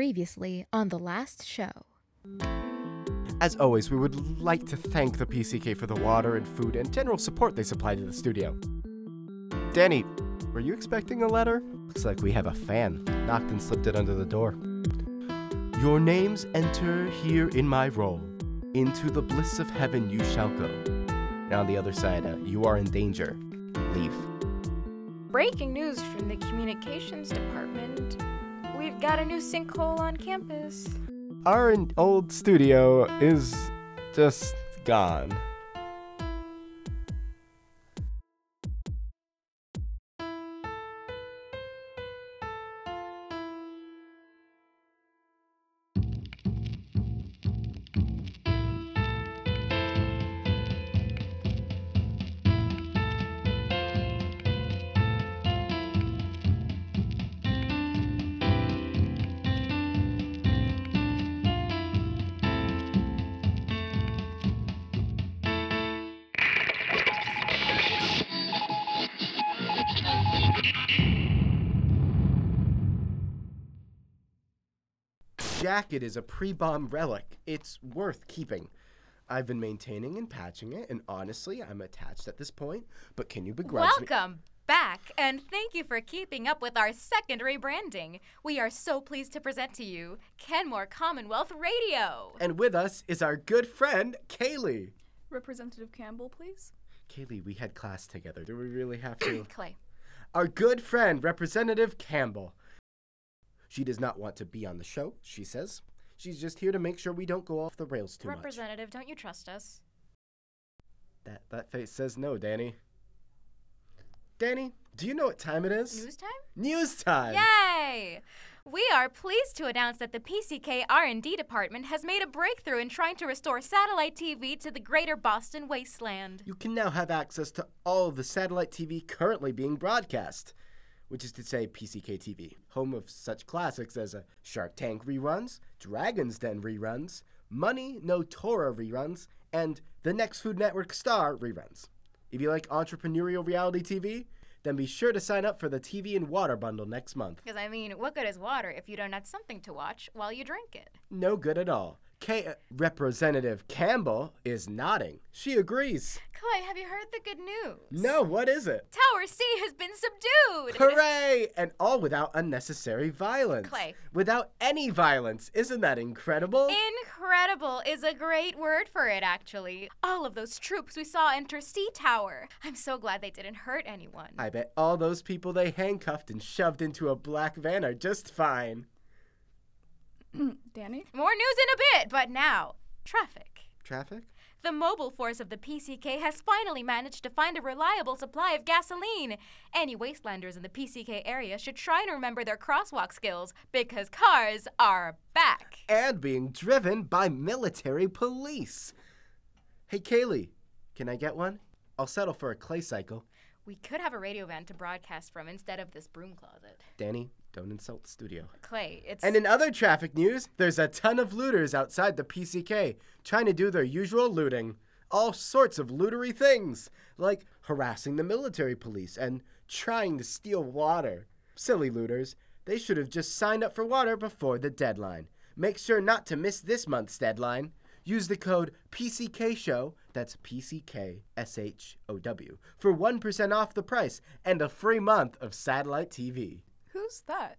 Previously on the last show. As always, we would like to thank the PCK for the water and food and general support they supplied to the studio. Danny, were you expecting a letter? Looks like we have a fan. Knocked and slipped it under the door. Your names enter here in my roll. Into the bliss of heaven you shall go. And on the other side, uh, you are in danger. Leave. Breaking news from the communications department. We've got a new sinkhole on campus. Our in- old studio is just gone. jacket is a pre-bomb relic. It's worth keeping. I've been maintaining and patching it, and honestly, I'm attached at this point. But can you begrudge me? Welcome back, and thank you for keeping up with our second rebranding. We are so pleased to present to you Kenmore Commonwealth Radio. And with us is our good friend Kaylee. Representative Campbell, please. Kaylee, we had class together. Do we really have to? Clay. our good friend, Representative Campbell. She does not want to be on the show. She says she's just here to make sure we don't go off the rails too much. Representative, don't you trust us? That that face says no, Danny. Danny, do you know what time it is? News time? News time. Yay! We are pleased to announce that the PCK R&D department has made a breakthrough in trying to restore satellite TV to the greater Boston wasteland. You can now have access to all of the satellite TV currently being broadcast, which is to say PCK TV, home of such classics as uh, Shark Tank reruns, Dragon's Den reruns, Money No Torah reruns, and The Next Food Network Star reruns. If you like entrepreneurial reality TV, then be sure to sign up for the TV and water bundle next month. Because I mean, what good is water if you don't have something to watch while you drink it? No good at all. K- uh, Representative Campbell is nodding. She agrees. Clay, have you heard the good news? No, what is it? Tower C has been subdued. Hooray! And all without unnecessary violence. Clay. Without any violence. Isn't that incredible? Incredible is a great word for it, actually. All of those troops we saw enter Sea Tower. I'm so glad they didn't hurt anyone. I bet all those people they handcuffed and shoved into a black van are just fine. Danny? More news in a bit, but now, traffic. Traffic? The mobile force of the PCK has finally managed to find a reliable supply of gasoline. Any wastelanders in the PCK area should try and remember their crosswalk skills because cars are back. And being driven by military police. Hey, Kaylee, can I get one? I'll settle for a clay cycle. We could have a radio van to broadcast from instead of this broom closet. Danny, don't insult the studio. Clay, it's And in other traffic news, there's a ton of looters outside the PCK trying to do their usual looting. All sorts of lootery things, like harassing the military police and trying to steal water. Silly looters, they should have just signed up for water before the deadline. Make sure not to miss this month's deadline. Use the code PCKSHOW, that's PCKSHOW, for 1% off the price and a free month of satellite TV. Who's that?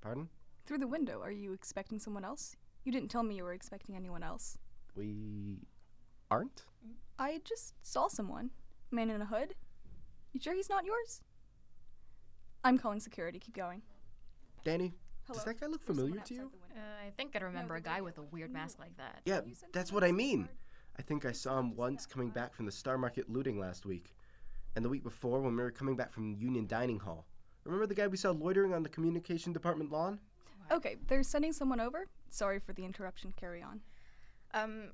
Pardon? Through the window, are you expecting someone else? You didn't tell me you were expecting anyone else. We aren't? I just saw someone. Man in a hood? You sure he's not yours? I'm calling security. Keep going. Danny, Hello? does that guy look There's someone familiar to you? outside the Uh, window. I think I'd remember a guy with a weird mask like that. Yeah, you send that's someone what I else mean. card? I think I saw him once coming back from the Star Market looting last week, and the week before when we were coming back from Union Dining Hall. Remember the guy we saw loitering on the communication department lawn? Okay, they're sending someone over. Sorry for the interruption. Carry on. Um,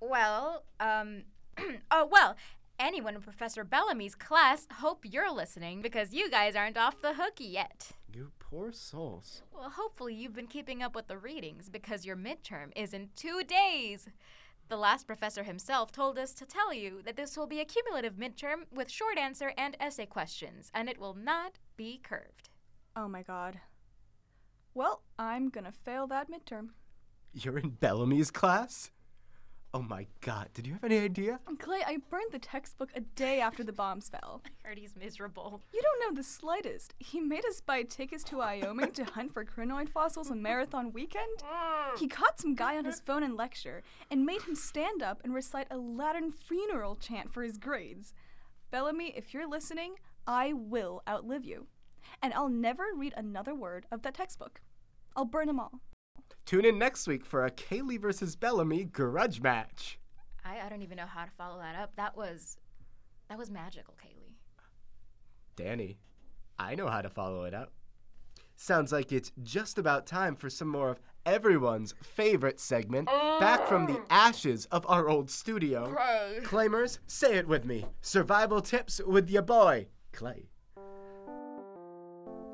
well, um, oh, well, anyone in Professor Bellamy's class, hope you're listening because you guys aren't off the hook yet. You poor souls. Well, hopefully you've been keeping up with the readings because your midterm is in two days. The last professor himself told us to tell you that this will be a cumulative midterm with short answer and essay questions, and it will not be curved. Oh my god. Well, I'm gonna fail that midterm. You're in Bellamy's class? Oh my god, did you have any idea? Clay, I burned the textbook a day after the bombs fell. Heard he's miserable. You don't know the slightest. He made us buy tickets to Wyoming to hunt for crinoid fossils on marathon weekend. He caught some guy on his phone in lecture and made him stand up and recite a Latin funeral chant for his grades. Bellamy, if you're listening, I will outlive you. And I'll never read another word of that textbook. I'll burn them all. Tune in next week for a Kaylee versus Bellamy grudge match. I, I don't even know how to follow that up. That was that was magical, Kaylee. Danny, I know how to follow it up. Sounds like it's just about time for some more of everyone's favorite segment back from the ashes of our old studio. Claimers, say it with me. Survival tips with your boy, Clay.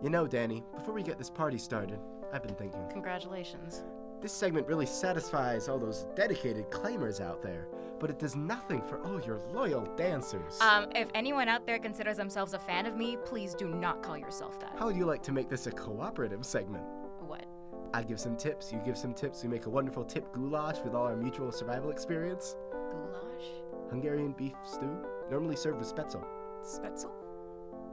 You know, Danny, before we get this party started, I've been thinking. Congratulations. This segment really satisfies all those dedicated claimers out there, but it does nothing for all your loyal dancers. Um, if anyone out there considers themselves a fan of me, please do not call yourself that. How would you like to make this a cooperative segment? What? I give some tips, you give some tips, we make a wonderful tip goulash with all our mutual survival experience. Goulash? Hungarian beef stew, normally served with spetzel. Spetzel?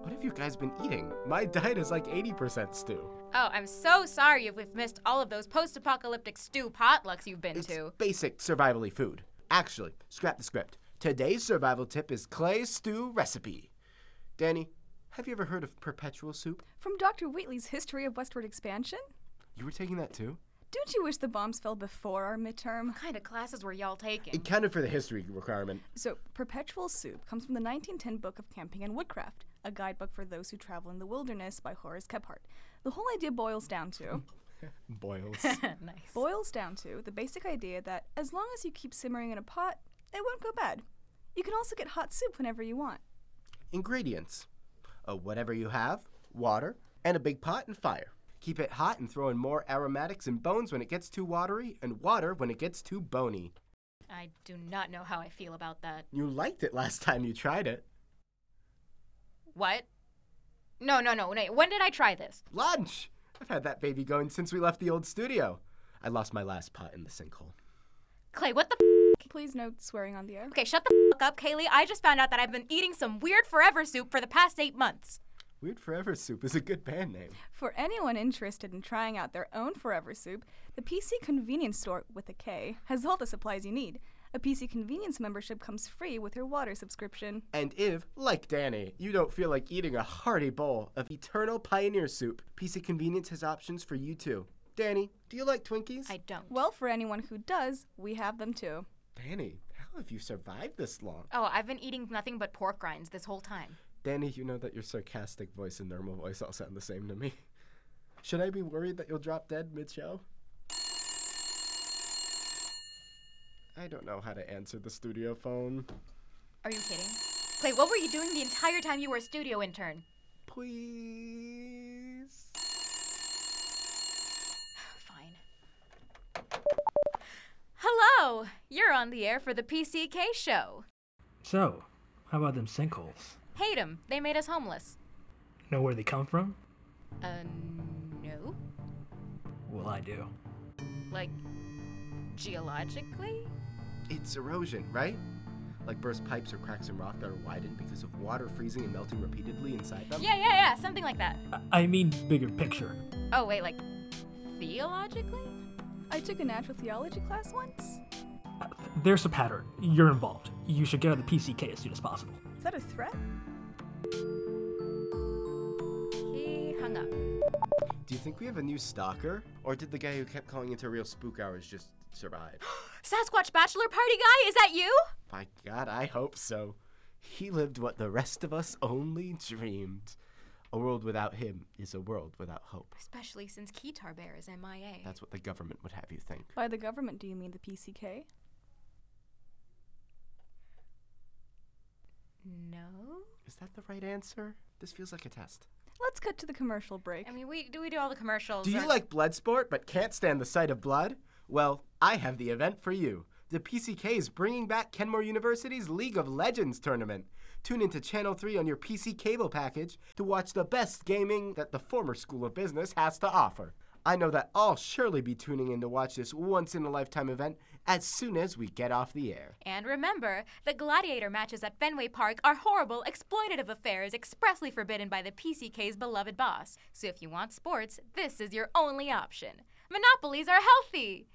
What have you guys been eating? My diet is like 80% stew. Oh, I'm so sorry if we've missed all of those post-apocalyptic stew potlucks you've been It's to. basic survivally food. Actually, scrap the script. Today's survival tip is clay stew recipe. Danny, have you ever heard of perpetual soup? From Dr. Wheatley's History of Westward Expansion? You were taking that too? Don't you wish the bombs fell before our midterm? What kind of classes were y'all taking? It counted for the history requirement. So, Perpetual Soup comes from the 1910 book of Camping and Woodcraft, a guidebook for those who travel in the wilderness by Horace Kephart. The whole idea boils down to Boils. nice. boils down to the basic idea that as long as you keep simmering in a pot, it won't go bad. You can also get hot soup whenever you want. Ingredients uh, whatever you have, water, and a big pot and fire. Keep it hot and throw in more aromatics and bones when it gets too watery, and water when it gets too bony. I do not know how I feel about that. You liked it last time you tried it. What? No, no, no. wait, When did I try this? Lunch! I've had that baby going since we left the old studio. I lost my last pot in the sinkhole. Clay, what the f- Please no swearing on the air. Okay, shut the f- up, Kaylee. I just found out that I've been eating some weird forever soup for the past eight months. Weird Forever Soup is a good band name. For anyone interested in trying out their own forever soup, the PC Convenience Store with a K has all the supplies you need. A PC Convenience membership comes free with your water subscription. And if, like Danny, you don't feel like eating a hearty bowl of Eternal Pioneer Soup, PC Convenience has options for you too. Danny, do you like Twinkies? I don't. Well, for anyone who does, we have them too. Danny, how have you survived this long? Oh, I've been eating nothing but pork rinds this whole time. Danny, you know that your sarcastic voice and normal voice all sound the same to me. Should I be worried that you'll drop dead mid show? I don't know how to answer the studio phone. Are you kidding? Clay, what were you doing the entire time you were a studio intern? Please. Fine. Hello! You're on the air for the PCK show. So, how about them sinkholes? Hate 'em. They made us homeless. Know where they come from? Uh, no. Well, I do. Like, geologically? It's erosion, right? Like burst pipes or cracks in rock that are widened because of water freezing and melting repeatedly inside them? Yeah, yeah, yeah, something like that. I, I mean, bigger picture. Oh, wait, like, theologically? I took a natural theology class once. Uh, There's a pattern. You're involved. You should get out of the PCK as soon as possible. Is that a threat? He hung up. Do you think we have a new stalker? Or did the guy who kept calling into real spook hours just survive? Sasquatch Bachelor Party Guy, is that you? By God, I hope so. He lived what the rest of us only dreamed. A world without him is a world without hope. Especially since Keytar Bear is MIA. That's what the government would have you think. By the government, do you mean the PCK? No? Is that the right answer? This feels like a test. Let's cut to the commercial break. I mean, we do we do all the commercials. Do you or- like blood sport but can't stand the sight of blood? Well, I have the event for you. The PCK is bringing back Kenmore University's League of Legends tournament. Tune into Channel 3 on your PC cable package to watch the best gaming that the former School of Business has to offer. I know that I'll surely be tuning in to watch this once in a lifetime event as soon as we get off the air. And remember, the gladiator matches at Fenway Park are horrible, exploitative affairs expressly forbidden by the PCK's beloved boss. So if you want sports, this is your only option. Monopolies are healthy!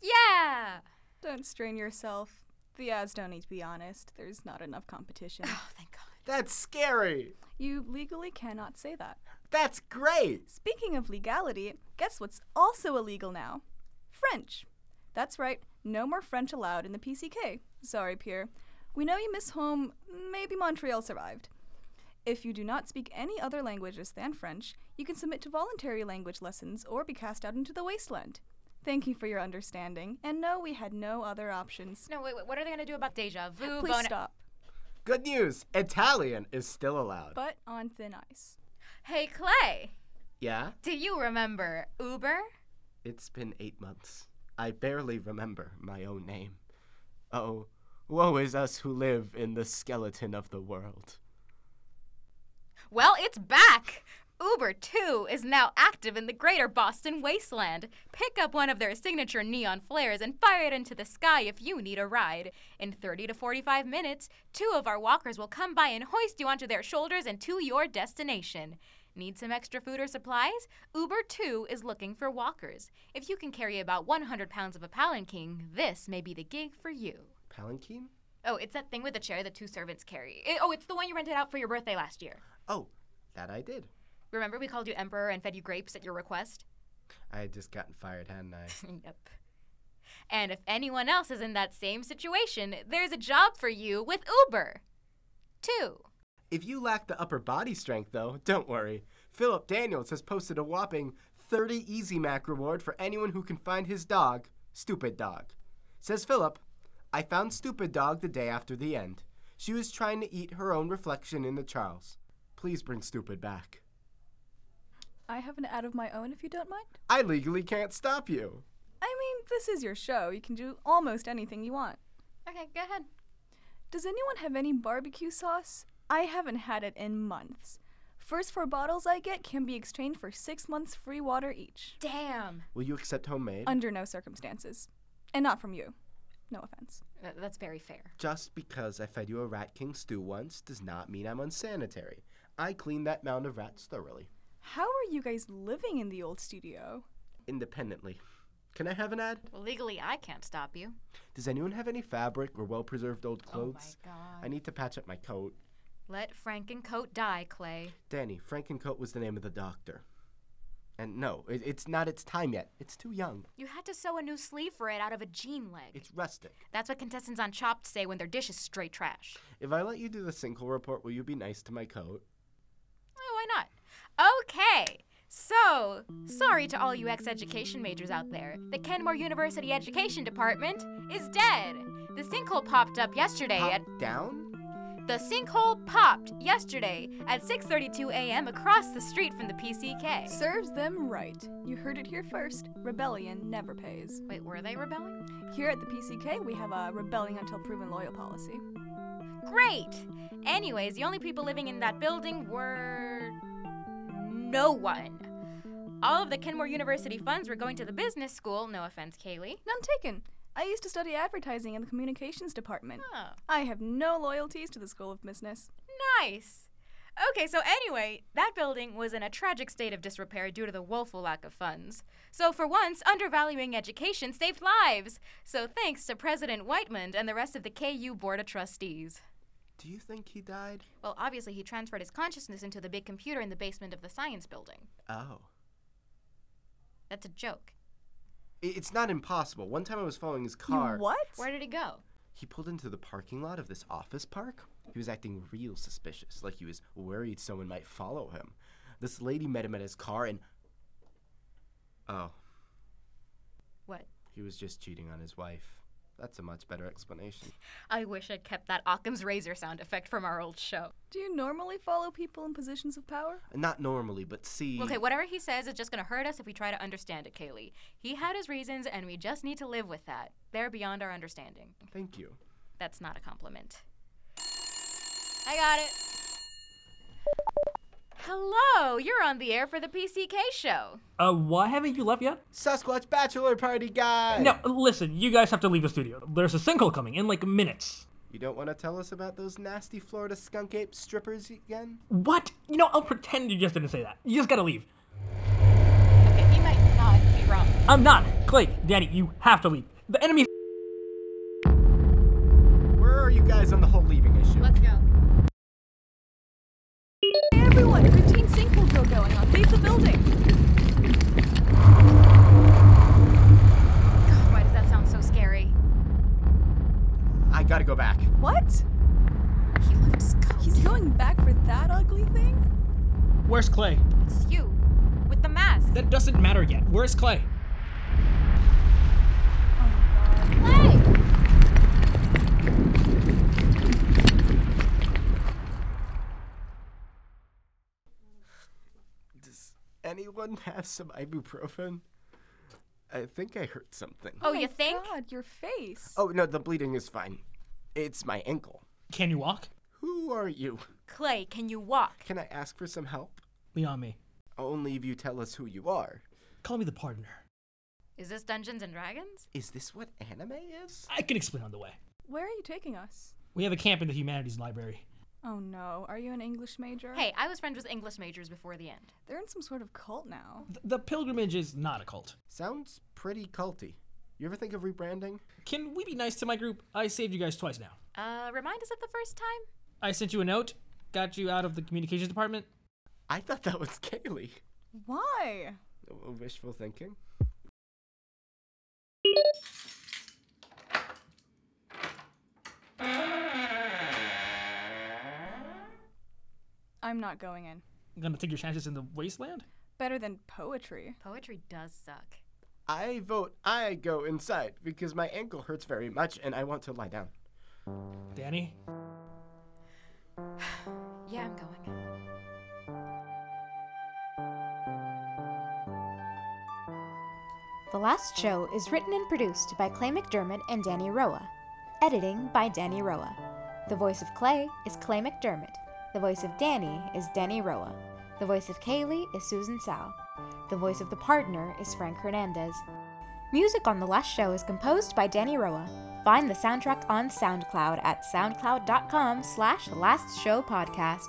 Yeah! Don't strain yourself. The ads don't need to be honest. There's not enough competition. Oh, thank God. That's scary. you legally cannot say that. That's great. Speaking of legality, guess what's also illegal now? French. That's right, no more French allowed in the PCK. Sorry, Pierre. We know you miss home, maybe Montreal survived. If you do not speak any other languages than French, you can submit to voluntary language lessons or be cast out into the wasteland. Thank you for your understanding, and no, we had no other options. No, wait, wait, what are they gonna do about deja vu? Please bona- stop. Good news. Italian is still allowed. But on thin ice. Hey, Clay, yeah? do you remember Uber? It's been eight months. I barely remember my own name. Oh, woe is us who live in the skeleton of the world. Well, it's back! Uber, too, is now active in the greater Boston wasteland. Pick up one of their signature neon flares and fire it into the sky if you need a ride. In 30 to 45 minutes, two of our walkers will come by and hoist you onto their shoulders and to your destination. Need some extra food or supplies? Uber, too, is looking for walkers. If you can carry about 100 pounds of a palanquin, this may be the gig for you. Palanquin? Oh, it's that thing with the chair the two servants carry. It- oh, it's the one you rented out for your birthday last year. Oh, that I did. Remember we called you emperor and fed you grapes at your request? I had just gotten fired, hadn't I? yep. And if anyone else is in that same situation, there's a job for you with Uber. Two. If you lack the upper body strength, though, don't worry. Philip Daniels has posted a whopping 30 Easy Mac reward for anyone who can find his dog, Stupid Dog. Says Philip, I found Stupid Dog the day after the end. She was trying to eat her own reflection in the Charles. Please bring Stupid back. I have an ad of my own if you don't mind. I legally can't stop you. I mean, this is your show. You can do almost anything you want. Okay, go ahead. Does anyone have any barbecue sauce? I haven't had it in months. First four bottles I get can be exchanged for six months free water each. Damn. Will you accept homemade? Under no circumstances. And not from you. No offense. Th- That's very fair. Just because I fed you a Rat King stew once does not mean I'm unsanitary. I cleaned that mound of rats thoroughly, How are you guys living in the old studio? independently. Can I have an ad? Legally, I can't stop you. Does anyone have any fabric or well preserved old clothes? Oh my god. I need to patch up my coat. Let Frankencoat die, Clay. Danny, Frankencoat was the name of the doctor. And no, it, it's not its time yet. It's too young. You had to sew a new sleeve for it out of a jean leg. It's rustic. That's what contestants on Chopped say when their dish is straight trash. If I let you do the sinkhole report, will you be nice to my coat? Oh, why not? Okay. So, sorry to all you ex education majors out there. The Kenmore University Education Department is dead. The sinkhole popped up yesterday Pop at down? the sinkhole popped yesterday at 6:32 a.m. across the street from the PCK. Serves them right. You heard it here first. Rebellion never pays. Wait, were they rebelling? Here at the PCK, we have a rebelling until proven loyal policy. Great. Anyways, the only people living in that building were no one. All of the Kenmore University funds were going to the business school. No offense, Kaylee. None taken. I used to study advertising in the communications department. Oh. I have no loyalties to the School of Business. Nice. Okay, so anyway, that building was in a tragic state of disrepair due to the woeful lack of funds. So, for once, undervaluing education saved lives. So, thanks to President Whiteman and the rest of the KU Board of Trustees. Do you think he died? Well, obviously, he transferred his consciousness into the big computer in the basement of the science building. Oh. That's a joke. I- It's not impossible. One time I was following his car. You what? Where did he go? He pulled into the parking lot of this office park. He was acting real suspicious, like he was worried someone might follow him. This lady met him at his car and. Oh, What? he was just cheating on his wife. That's a much better explanation. I wish I'd kept that Occam's razor sound effect from our old show. Do you normally follow people in positions of power? Not normally, but see. Okay, whatever he says is just going to hurt us if we try to understand it, Kaylee. He had his reasons, and we just need to live with that. They're beyond our understanding. Thank you. That's not a compliment. I got it. Hello, you're on the air for the PCK show. Uh, why haven't you left yet? Sasquatch bachelor party guy. No, listen, you guys have to leave the studio. There's a sinkhole coming in like minutes. You don't want to tell us about those nasty Florida skunk ape strippers again? What? You know, I'll pretend you just didn't say that. You just gotta leave. Okay, he might not be wrong. I'm not. Clay, Danny, you have to leave. The enemy. Where are you guys on the whole leaving issue? go. Hey everyone, routine sinkhole drill going on. Leave the building. God, why does that sound so scary? I gotta go back. What? He left his coat. He's going back for that ugly thing? Where's Clay? It's you with the mask. That doesn't matter yet. Where's Clay? Does anyone have some ibuprofen? I think I hurt something. Oh, you My think? God, your face. Oh, no, the bleeding is fine. It's my ankle. Can you walk? Who are you? Clay, can you walk? Can I ask for some help? Leon me. Only if you tell us who you are. Call me the partner. Is this Dungeons and Dragons? Is this what anime is? I can explain on the way. Where are you taking us? We have a camp in the humanities library. Oh no, are you an English major? Hey, I was friends with English majors before the end. They're in some sort of cult now. Th- the pilgrimage is not a cult. Sounds pretty culty. You ever think of rebranding? Can we be nice to my group? I saved you guys twice now. Uh, remind us of the first time? I sent you a note, got you out of the communications department. I thought that was Kaylee. Why? W- Wishful thinking. I'm not going in. gonna take your chances in the wasteland? Better than poetry. Poetry does suck. I vote I go inside because my ankle hurts very much and I want to lie down. Danny? Yeah, I'm going. The Last Show is written and produced by Clay McDermott and Danny Roa. Editing by Danny Roa. The voice of Clay is Clay McDermott. The voice of Danny is Danny Roa. The voice of Kaylee is Susan Sao. The voice of the partner is Frank Hernandez. Music on The Last Show is composed by Danny Roa. Find the soundtrack on SoundCloud at soundcloud.com slash Last Show Podcast.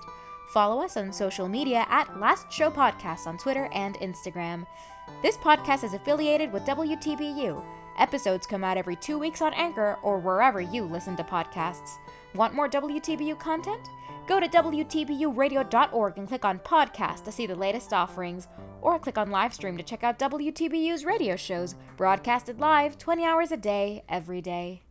Follow us on social media at Last Show Podcast on Twitter and Instagram. This podcast is affiliated with WTBU. Episodes come out every two weeks on Anchor or wherever you listen to podcasts. Want more WTBU content? Go to WTBUradio.org and click on Podcast to see the latest offerings, or click on Livestream to check out WTBU's radio shows, broadcasted live 20 hours a day, every day.